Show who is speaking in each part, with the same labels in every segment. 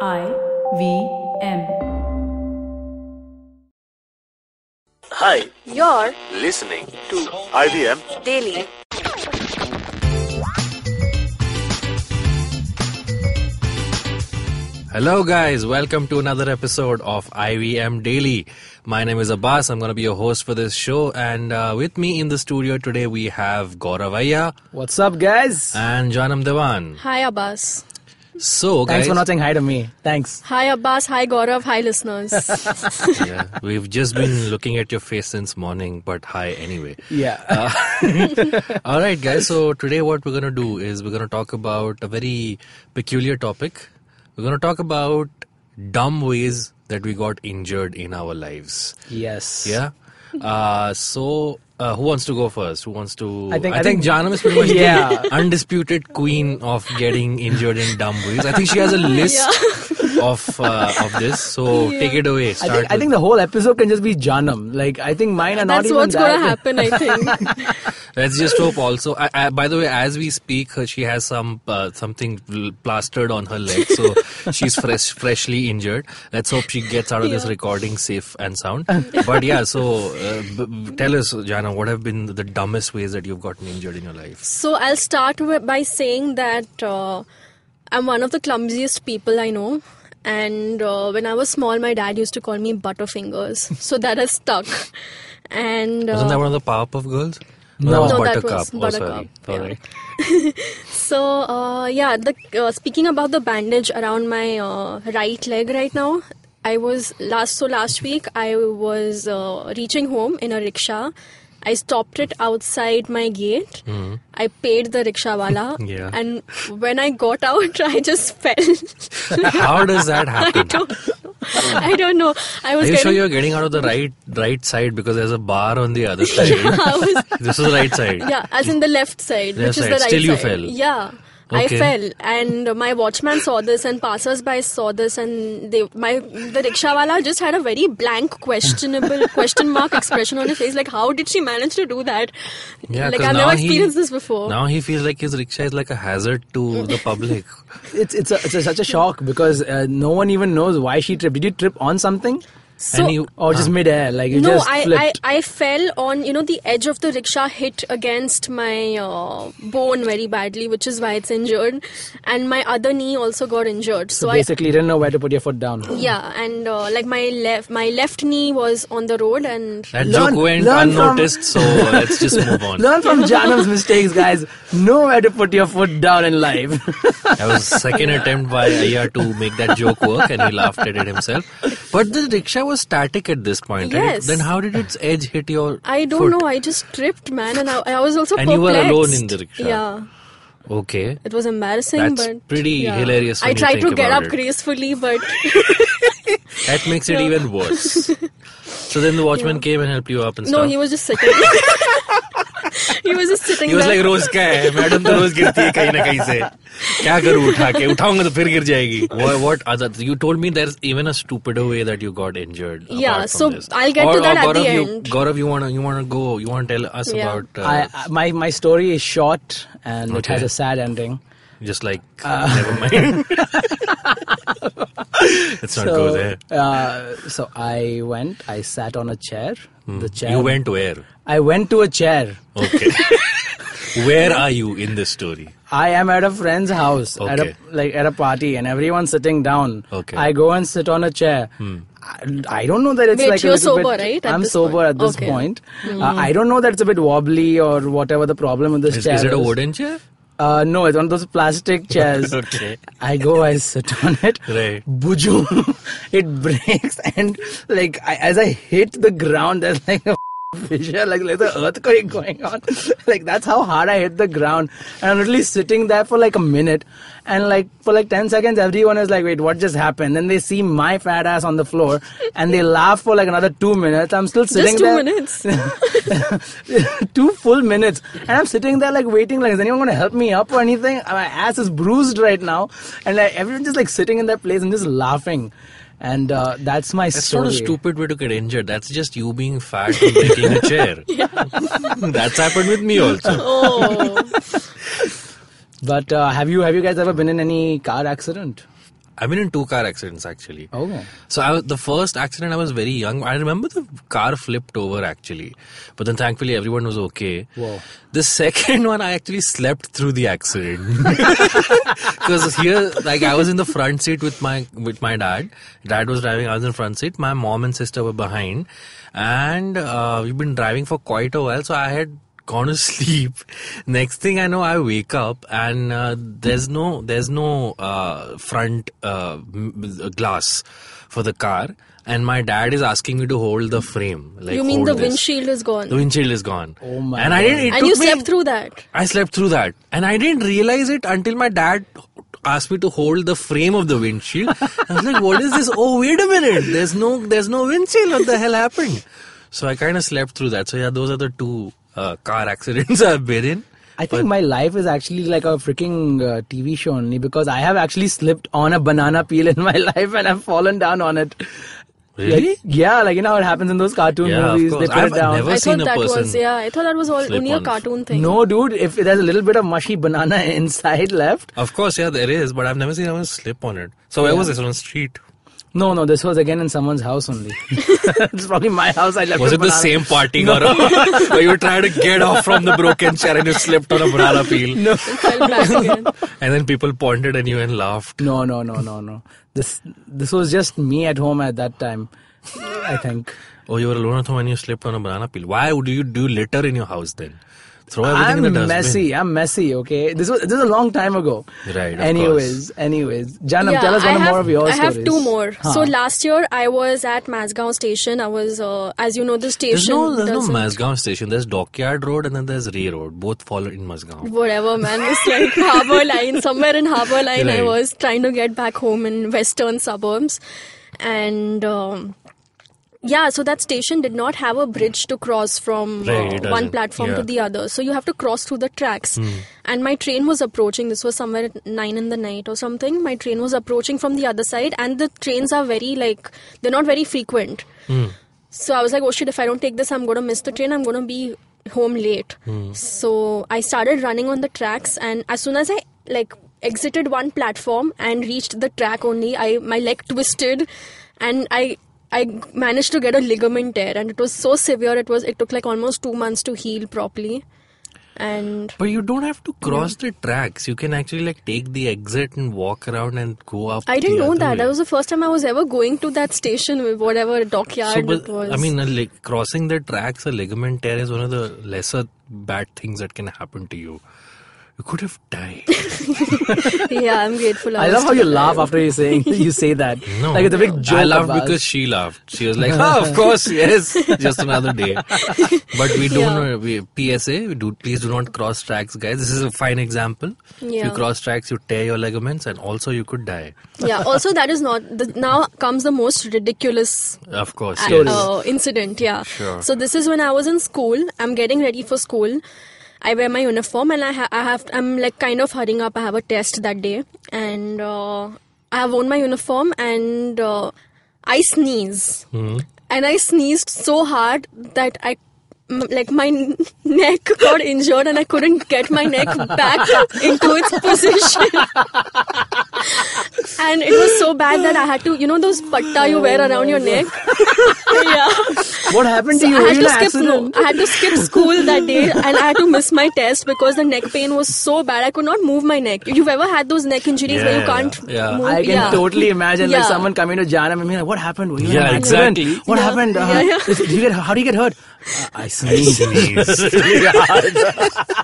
Speaker 1: I V M.
Speaker 2: Hi,
Speaker 3: Your
Speaker 2: listening to IBM.
Speaker 3: daily.
Speaker 4: Hello, guys. Welcome to another episode of IVM Daily. My name is Abbas. I'm going to be your host for this show. And uh, with me in the studio today, we have Gauravaya
Speaker 5: What's up, guys?
Speaker 4: and Janam Devan.
Speaker 6: Hi Abbas.
Speaker 4: So,
Speaker 5: Thanks
Speaker 4: guys,
Speaker 5: for not saying hi to me. Thanks.
Speaker 6: Hi Abbas. Hi Gaurav. Hi listeners.
Speaker 4: yeah, uh, we've just been looking at your face since morning, but hi anyway.
Speaker 5: Yeah.
Speaker 4: All right, guys. So, today, what we're going to do is we're going to talk about a very peculiar topic. We're going to talk about dumb ways that we got injured in our lives.
Speaker 5: yes.
Speaker 4: Yeah. Uh, so, uh, who wants to go first? Who wants to?
Speaker 5: I think-
Speaker 4: I
Speaker 5: I
Speaker 4: think
Speaker 5: think-
Speaker 4: Janam is pretty much
Speaker 5: Yeah.
Speaker 4: the undisputed queen of getting injured in dumb ways. I think she has a list of uh, of this. So take it away.
Speaker 5: I
Speaker 4: Start
Speaker 5: think, I
Speaker 4: with-
Speaker 5: think the whole episode can just be Janam. Like, I think mine are not
Speaker 6: That's
Speaker 5: even
Speaker 6: what's
Speaker 5: that.
Speaker 6: gonna happen. I think.
Speaker 4: Let's just hope. Also, I, I, by the way, as we speak, her, she has some uh, something l- plastered on her leg, so she's fresh, freshly injured. Let's hope she gets out of this
Speaker 6: Yeah.
Speaker 4: recording safe and sound. but yeah, so uh, b- b- tell us, Jana, what have been the dumbest ways that you've gotten injured in your life?
Speaker 6: So I'll start with, by saying that uh, I'm one of the clumsiest people I know. And uh, when I was small, my dad used to call me Butterfingers. So that has stuck. And
Speaker 4: Wasn't that
Speaker 6: uh,
Speaker 4: one of the Powerpuff Girls? that
Speaker 5: No.
Speaker 6: No,
Speaker 4: was
Speaker 6: that
Speaker 4: Buttercup.
Speaker 6: was
Speaker 4: Oh, sorry.
Speaker 6: Buttercup, yeah.
Speaker 4: Alright.
Speaker 6: so uh, yeah, the, uh, speaking about the bandage around my uh, right leg right now, I was last so last week I was uh, reaching home in a rickshaw. I stopped it outside my gate. I paid the rickshaw wala,
Speaker 4: Mm-hmm. Yeah.
Speaker 6: and when I got out, I just fell.
Speaker 4: How does that happen?
Speaker 6: I don't know. I was
Speaker 4: Are you
Speaker 6: getting.
Speaker 4: sure you're getting out of the right right side because there's a bar on the other side?
Speaker 6: I was-
Speaker 4: This is the right side.
Speaker 6: yeah, as in the left side,
Speaker 4: Left
Speaker 6: which is
Speaker 4: side.
Speaker 6: the right
Speaker 4: Still you
Speaker 6: side.
Speaker 4: fell.
Speaker 6: Yeah.
Speaker 4: Okay.
Speaker 6: I fell, and my watchman saw this, and passers-by saw this, and they, my the rickshawala just had a very blank, questionable question mark expression on his face. Like, how did she manage to do that?
Speaker 4: Yeah,
Speaker 6: like
Speaker 4: 'cause
Speaker 6: I've
Speaker 4: now
Speaker 6: never experienced
Speaker 4: he,
Speaker 6: this before. Mm.
Speaker 4: Now he feels like his rickshaw is like a hazard to the public.
Speaker 5: It's, it's, a, it's a, such a shock because uh, no one even knows why she tripped. Did you trip on something?
Speaker 6: so,
Speaker 4: and you,
Speaker 5: Or just midair? Like, you
Speaker 6: no,
Speaker 5: just
Speaker 6: I, I
Speaker 5: flipped.
Speaker 6: I fell on you know the edge of the rickshaw hit against my uh, bone very badly, which is why it's injured, and my other knee also got injured.
Speaker 5: so
Speaker 6: So, I
Speaker 5: basically, you didn't know where to put your foot down.
Speaker 6: Yeah, and uh, like my left my left knee was on the road, and
Speaker 4: that
Speaker 5: Learn-
Speaker 4: joke went
Speaker 5: learn from-
Speaker 4: unnoticed, so let's just move on.
Speaker 5: Learn from Janam's mistakes, guys. Know where to put your foot down in life.
Speaker 4: That was second attempt by Aya to make that joke work, and he laughed at it himself. But the rickshaw was static at this point, right?
Speaker 6: Yes.
Speaker 4: Then how did its edge hit your?
Speaker 6: I don't
Speaker 4: foot?
Speaker 6: know. I just tripped, man, and I, I was also
Speaker 4: And you were
Speaker 6: perplexed.
Speaker 4: alone in the rickshaw.
Speaker 6: Yeah,
Speaker 4: Okay.
Speaker 6: it was embarrassing,
Speaker 4: That's
Speaker 6: but
Speaker 4: pretty
Speaker 6: yeah.
Speaker 4: hilarious when
Speaker 6: I
Speaker 4: you
Speaker 6: tried
Speaker 4: think
Speaker 6: to get
Speaker 4: about
Speaker 6: up
Speaker 4: it.
Speaker 6: gracefully, but
Speaker 4: That makes it even worse. So then the watchman came and helped you up and
Speaker 6: no,
Speaker 4: stuff.
Speaker 6: he was just sitting. he was just sitting
Speaker 4: He was
Speaker 6: there.
Speaker 4: like रोज क्या है madam तो रोज गिरती है कहीं ना कहीं से क्या करूँ उठा के उठाऊंगा तो फिर गिर जाएगी what other you told me there's even a stupider way that you got injured
Speaker 6: Yeah,
Speaker 4: apart from
Speaker 6: so
Speaker 4: this.
Speaker 6: I'll get
Speaker 4: or,
Speaker 6: to that
Speaker 4: or
Speaker 6: at the
Speaker 4: Gaurav, you,
Speaker 6: end.
Speaker 4: Gaurav you wanna you wanna go you wanna tell us
Speaker 6: Yeah.
Speaker 4: about uh,
Speaker 5: I, I- my, my story is short and it has
Speaker 4: Okay.
Speaker 5: a sad ending.
Speaker 4: just like
Speaker 5: uh,
Speaker 4: never mind let's not eh? go there
Speaker 5: Uh, so I went. I sat on a chair. The chair.
Speaker 4: Hmm. you went where
Speaker 5: I went to a chair.
Speaker 4: okay where are you in this story
Speaker 5: I am at a friend's house at
Speaker 4: Okay.
Speaker 5: a like at a party, and everyone's sitting down.
Speaker 4: Okay. Hmm.
Speaker 5: I go and sit on a chair. I, I don't know that it's
Speaker 6: Wait,
Speaker 5: like a
Speaker 6: you're
Speaker 5: little
Speaker 6: sober,
Speaker 5: bit,
Speaker 6: right, at
Speaker 5: I'm
Speaker 6: this
Speaker 5: sober
Speaker 6: point?
Speaker 5: at this
Speaker 6: Okay. Hmm.
Speaker 5: point. Uh, I don't know that it's a bit wobbly or whatever the problem with this
Speaker 4: is,
Speaker 5: chair
Speaker 4: is it a wooden chair
Speaker 5: Uh, no, it's one of those plastic chairs.
Speaker 4: Okay.
Speaker 5: I go, I sit on it.
Speaker 4: Right.
Speaker 5: Buju. it breaks, and like I, as I hit the ground, there's like a fissure, like there's an earthquake going on. like that's how hard I hit the ground, and I'm literally sitting there for like a minute, and like for like ten seconds, everyone is like, "Wait, what just happened?" Then they see my fat ass on the floor, and they laugh for like another two minutes. I'm still sitting
Speaker 6: just two
Speaker 5: there
Speaker 6: minutes.
Speaker 5: two full minutes and i'm sitting there like waiting like is anyone going to help me up or anything my ass is bruised right now and like everyone's just like sitting in their place and just laughing and uh, that's my
Speaker 4: That's
Speaker 5: story
Speaker 4: not a stupid way to get injured. That's just you being fat and breaking a chair. That's happened with me also.
Speaker 6: oh,
Speaker 5: but uh, have you have you guys ever been in any car accident
Speaker 4: I've been in two car accidents actually.
Speaker 5: Oh.
Speaker 4: So I, was- the first accident, I was very young. I remember the car flipped over actually, but then thankfully everyone was okay.
Speaker 5: Wow.
Speaker 4: The second one, I actually slept through the accident because here, like I was in the front seat with my with my dad. Dad was driving. I was in front seat. My mom and sister were behind, and uh, we've been driving for quite a while. So I had gone to sleep. Next thing I know, I wake up and uh, there's no there's no uh, front uh, m- glass for the car, and my dad is asking me to hold the frame. Like
Speaker 6: you mean
Speaker 4: hold
Speaker 6: the
Speaker 4: this.
Speaker 6: windshield is gone?
Speaker 4: The windshield is gone.
Speaker 5: Oh my
Speaker 4: And I
Speaker 5: God.
Speaker 4: didn't. It
Speaker 6: and
Speaker 4: took
Speaker 6: you
Speaker 4: me-
Speaker 6: slept through that.
Speaker 4: I slept through that. And I didn't realize it until my dad asked me to hold the frame of the windshield. I was like, what is this? Oh, wait a minute. There's no, there's no windshield. What the hell happened? So I kind of slept through that. So yeah, those are the two uh, car accidents I've been in.
Speaker 5: I think my life is actually like a freaking uh, TV show only because I have actually slipped on a banana peel in my life and I've fallen down on it.
Speaker 4: Really?
Speaker 5: Like, yeah, like you know how it happens in those cartoon
Speaker 4: Yeah, of
Speaker 5: movies. They
Speaker 4: course.
Speaker 5: put
Speaker 4: I've
Speaker 5: it down.
Speaker 4: never
Speaker 6: I
Speaker 4: seen
Speaker 6: thought
Speaker 4: a
Speaker 6: that was
Speaker 4: person
Speaker 6: yeah. I thought that was all
Speaker 4: sleep
Speaker 6: only a
Speaker 4: on-
Speaker 6: cartoon thing.
Speaker 5: No, dude, if there's a little bit of mushy banana inside left.
Speaker 4: Of course, yeah, there is, but I've never seen anyone slip on it. So where was this on the street?
Speaker 5: No, no, this was again in someone's house only. it's probably my house. I left.
Speaker 4: Was
Speaker 5: a
Speaker 4: it the
Speaker 5: banana.
Speaker 4: same party or or you were trying to get off from the broken chair and you slipped on a banana peel?
Speaker 5: No.
Speaker 6: It fell back again.
Speaker 4: And then people pointed at you and laughed.
Speaker 5: No, no, no, no, no. This this was just me at home at that time. I think.
Speaker 4: Oh, you were alone at home and you slept on a banana peel. Why would you do litter in your house then? Throw everything
Speaker 5: I'm
Speaker 4: in the dustbin.
Speaker 5: messy. I'm messy. Okay, this was this was a long time ago.
Speaker 4: Right, of
Speaker 5: anyways, anyways, Janam,
Speaker 6: Yeah,
Speaker 5: tell us one
Speaker 6: I have,
Speaker 5: more of your
Speaker 6: I
Speaker 5: stories.
Speaker 6: have two more.
Speaker 5: Huh.
Speaker 6: So last year I was at Masgaon station. I was, uh, as you know, the station.
Speaker 4: There's no, there's no
Speaker 6: doesn't-
Speaker 4: Mazgaon station. There's Dockyard Road and then there's Ray Road. Both fall in Mazgaon.
Speaker 6: Whatever, man. It's like Harbour Line. Somewhere in Harbour Line, I
Speaker 4: Right.
Speaker 6: was trying to get back home in western suburbs, and. Um, yeah, so that station did not have a bridge to cross from uh,
Speaker 4: Right, it
Speaker 6: one
Speaker 4: doesn't.
Speaker 6: platform to
Speaker 4: Yeah. Hmm.
Speaker 6: the other. So you have to cross through the tracks. And my train was approaching. This was somewhere at 9 in the night or something. My train was approaching from the other side, and the trains are very, like, they're not very frequent. So I was like, oh shit, if I don't take this, I'm going to miss the train. I'm going to be home late.
Speaker 4: Hmm.
Speaker 6: So I started running on the tracks, and as soon as I like exited one platform and reached the track only, I my leg twisted, and I I managed to get a ligament tear, and it was so severe. It was it took like almost two months to heal properly, and
Speaker 4: But you don't have to cross the tracks. You can actually like take the exit and walk around and go up.
Speaker 6: I didn't
Speaker 4: the
Speaker 6: know
Speaker 4: other
Speaker 6: that.
Speaker 4: way.
Speaker 6: That was the first time I was ever going to that station, whatever dockyard
Speaker 4: So,
Speaker 6: it
Speaker 4: but,
Speaker 6: was.
Speaker 4: I mean, uh, like crossing the tracks, a ligament tear is one of the lesser bad things that can happen to you. You could have died.
Speaker 6: yeah, I'm grateful.
Speaker 5: I
Speaker 6: was
Speaker 5: love how
Speaker 6: still
Speaker 5: you
Speaker 6: alive.
Speaker 5: laugh after you saying you say that.
Speaker 4: No.
Speaker 5: Like it's a big joke.
Speaker 4: I laughed
Speaker 5: about-
Speaker 4: because she laughed. She was like, "Ah, of course, yes, just another day." But we don't.
Speaker 6: Yeah.
Speaker 4: uh, We, PSA: We do please do not cross tracks, guys. This is a fine example. If you
Speaker 6: Yeah.
Speaker 4: cross tracks, you tear your ligaments, and also you could die.
Speaker 6: yeah also that is not the, now comes the most ridiculous
Speaker 4: Of course,
Speaker 6: uh,
Speaker 4: yes.
Speaker 6: uh, incident yeah
Speaker 4: Sure.
Speaker 6: so this is when i was in school i'm getting ready for school i wear my uniform and i, ha- I have i'm like kind of hurrying up i have a test that day and uh, i have worn my uniform and uh, i sneeze and i sneezed so hard that i m- like my n- neck got injured and i couldn't get my neck back into its position and it was so bad that I had to, you know, those patta you wear around your neck. yeah,
Speaker 5: What happened to
Speaker 6: so
Speaker 5: you?
Speaker 6: I
Speaker 5: Were
Speaker 6: had
Speaker 5: you in
Speaker 6: to
Speaker 5: an
Speaker 6: skip. No,
Speaker 5: accident?
Speaker 6: I had to skip school that day, and I had to miss my test because the neck pain was so bad. I could not move my neck. You've ever had those neck injuries where you
Speaker 4: Yeah,
Speaker 6: can't
Speaker 4: yeah.
Speaker 6: move?
Speaker 5: I can
Speaker 6: yeah.
Speaker 5: totally imagine like
Speaker 6: Yeah.
Speaker 5: someone coming to Janam and being like, "What happened? Were you in
Speaker 4: Yeah,
Speaker 5: an accident?
Speaker 4: exactly.
Speaker 5: What
Speaker 6: Yeah.
Speaker 5: happened? Uh,
Speaker 6: Yeah, yeah.
Speaker 5: is- did you get, how do you get hurt? Uh, I sneezed.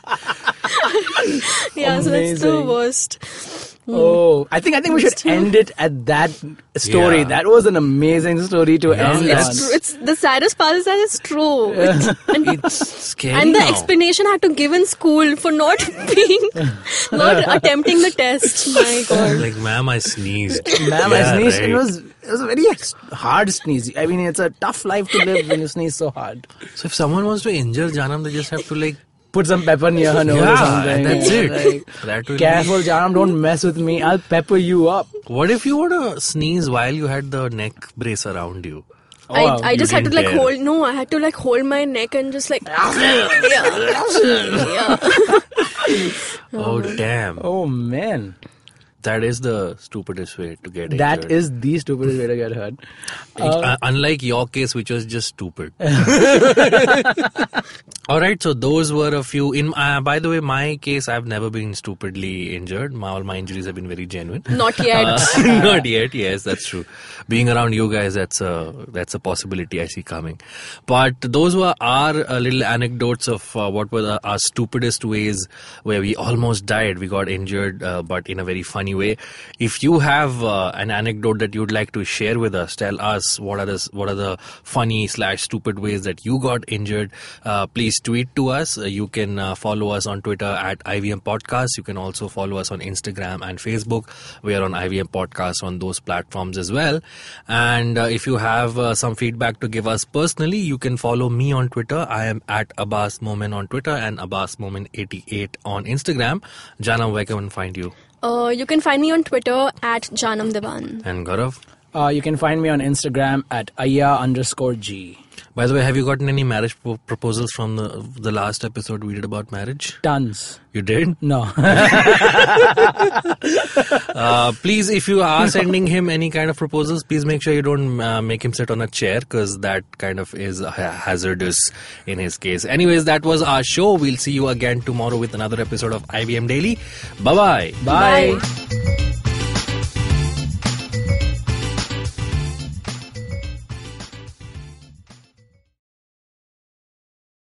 Speaker 6: Yeah, so that's the
Speaker 5: Amazing.
Speaker 6: worst.
Speaker 5: Oh, I think I think we should
Speaker 6: Mr.
Speaker 5: end it at that story.
Speaker 4: Yeah.
Speaker 5: That was an amazing story to
Speaker 4: Yeah,
Speaker 5: end
Speaker 4: that's
Speaker 5: on.
Speaker 6: It's, true. it's the saddest part is that it's true. It's- and,
Speaker 4: Scary
Speaker 6: and the
Speaker 4: now.
Speaker 6: explanation I had to give in school for not being, not attempting the test. My God.
Speaker 4: Like, ma'am, I sneezed.
Speaker 5: Ma'am,
Speaker 4: Yeah,
Speaker 5: I sneezed. It
Speaker 4: right.
Speaker 5: was it was a very ex- hard sneeze. I mean, it's a tough life to live when you sneeze so hard.
Speaker 4: So if someone wants to injure Janam, they just have to like.
Speaker 5: Put some pepper near her nose or
Speaker 4: Yeah,
Speaker 5: something.
Speaker 4: and that's it.
Speaker 5: Like,
Speaker 4: that will be-
Speaker 5: Careful, Janam, don't mess with me. I'll pepper you up.
Speaker 4: What if you were to sneeze while you had the neck brace around you?
Speaker 5: Oh,
Speaker 6: I, I
Speaker 4: you
Speaker 6: just had to
Speaker 4: didn't Ah.
Speaker 6: like
Speaker 4: dare.
Speaker 6: hold no I had to like hold my neck and just like
Speaker 4: Oh, damn!
Speaker 5: Oh man,
Speaker 4: That is the stupidest way to get
Speaker 5: That
Speaker 4: injured.
Speaker 5: is the stupidest way to get hurt.
Speaker 4: Uh, unlike your case, which was just stupid. All right, so those were a few. In uh, by the way, my case, I've never been stupidly injured. My, all my injuries have been very genuine.
Speaker 6: Not yet.
Speaker 4: Uh, not yet. Yes, that's true. Being around you guys, that's a that's a possibility I see coming. But those were our uh, little anecdotes of uh, what were the, our stupidest ways where we almost died, we got injured, uh, but in a very funny way. If you have uh, an anecdote that you'd like to share with us, tell us what are the what are the funny slash stupid ways that you got injured. Uh, please tweet to us. Uh, you can uh, follow us on Twitter at IVM Podcast. You can also follow us on Instagram and Facebook. We are on IVM Podcast on those platforms as well. And uh, if you have uh, some feedback to give us personally, you can follow me on Twitter. I am at Abbas Momin on Twitter and Abbas Momin 88 on Instagram. Janam, where can one find you?
Speaker 6: Uh, you can find me on Twitter at Janam Devan.
Speaker 4: And Gaurav?
Speaker 5: Uh, you can find me on Instagram at Aya underscore G.
Speaker 4: By the way, have you gotten any marriage pro- proposals from the, the last episode we did about marriage?
Speaker 5: Tons.
Speaker 4: You did?
Speaker 5: No.
Speaker 4: Uh, please, if you are sending him any kind of proposals, please make sure you don't uh, make him sit on a chair because that kind of is ha- hazardous in his case. Anyways, that was our show. We'll see you again tomorrow with another episode of IBM Daily. Bye bye.
Speaker 5: Bye.
Speaker 6: Bye.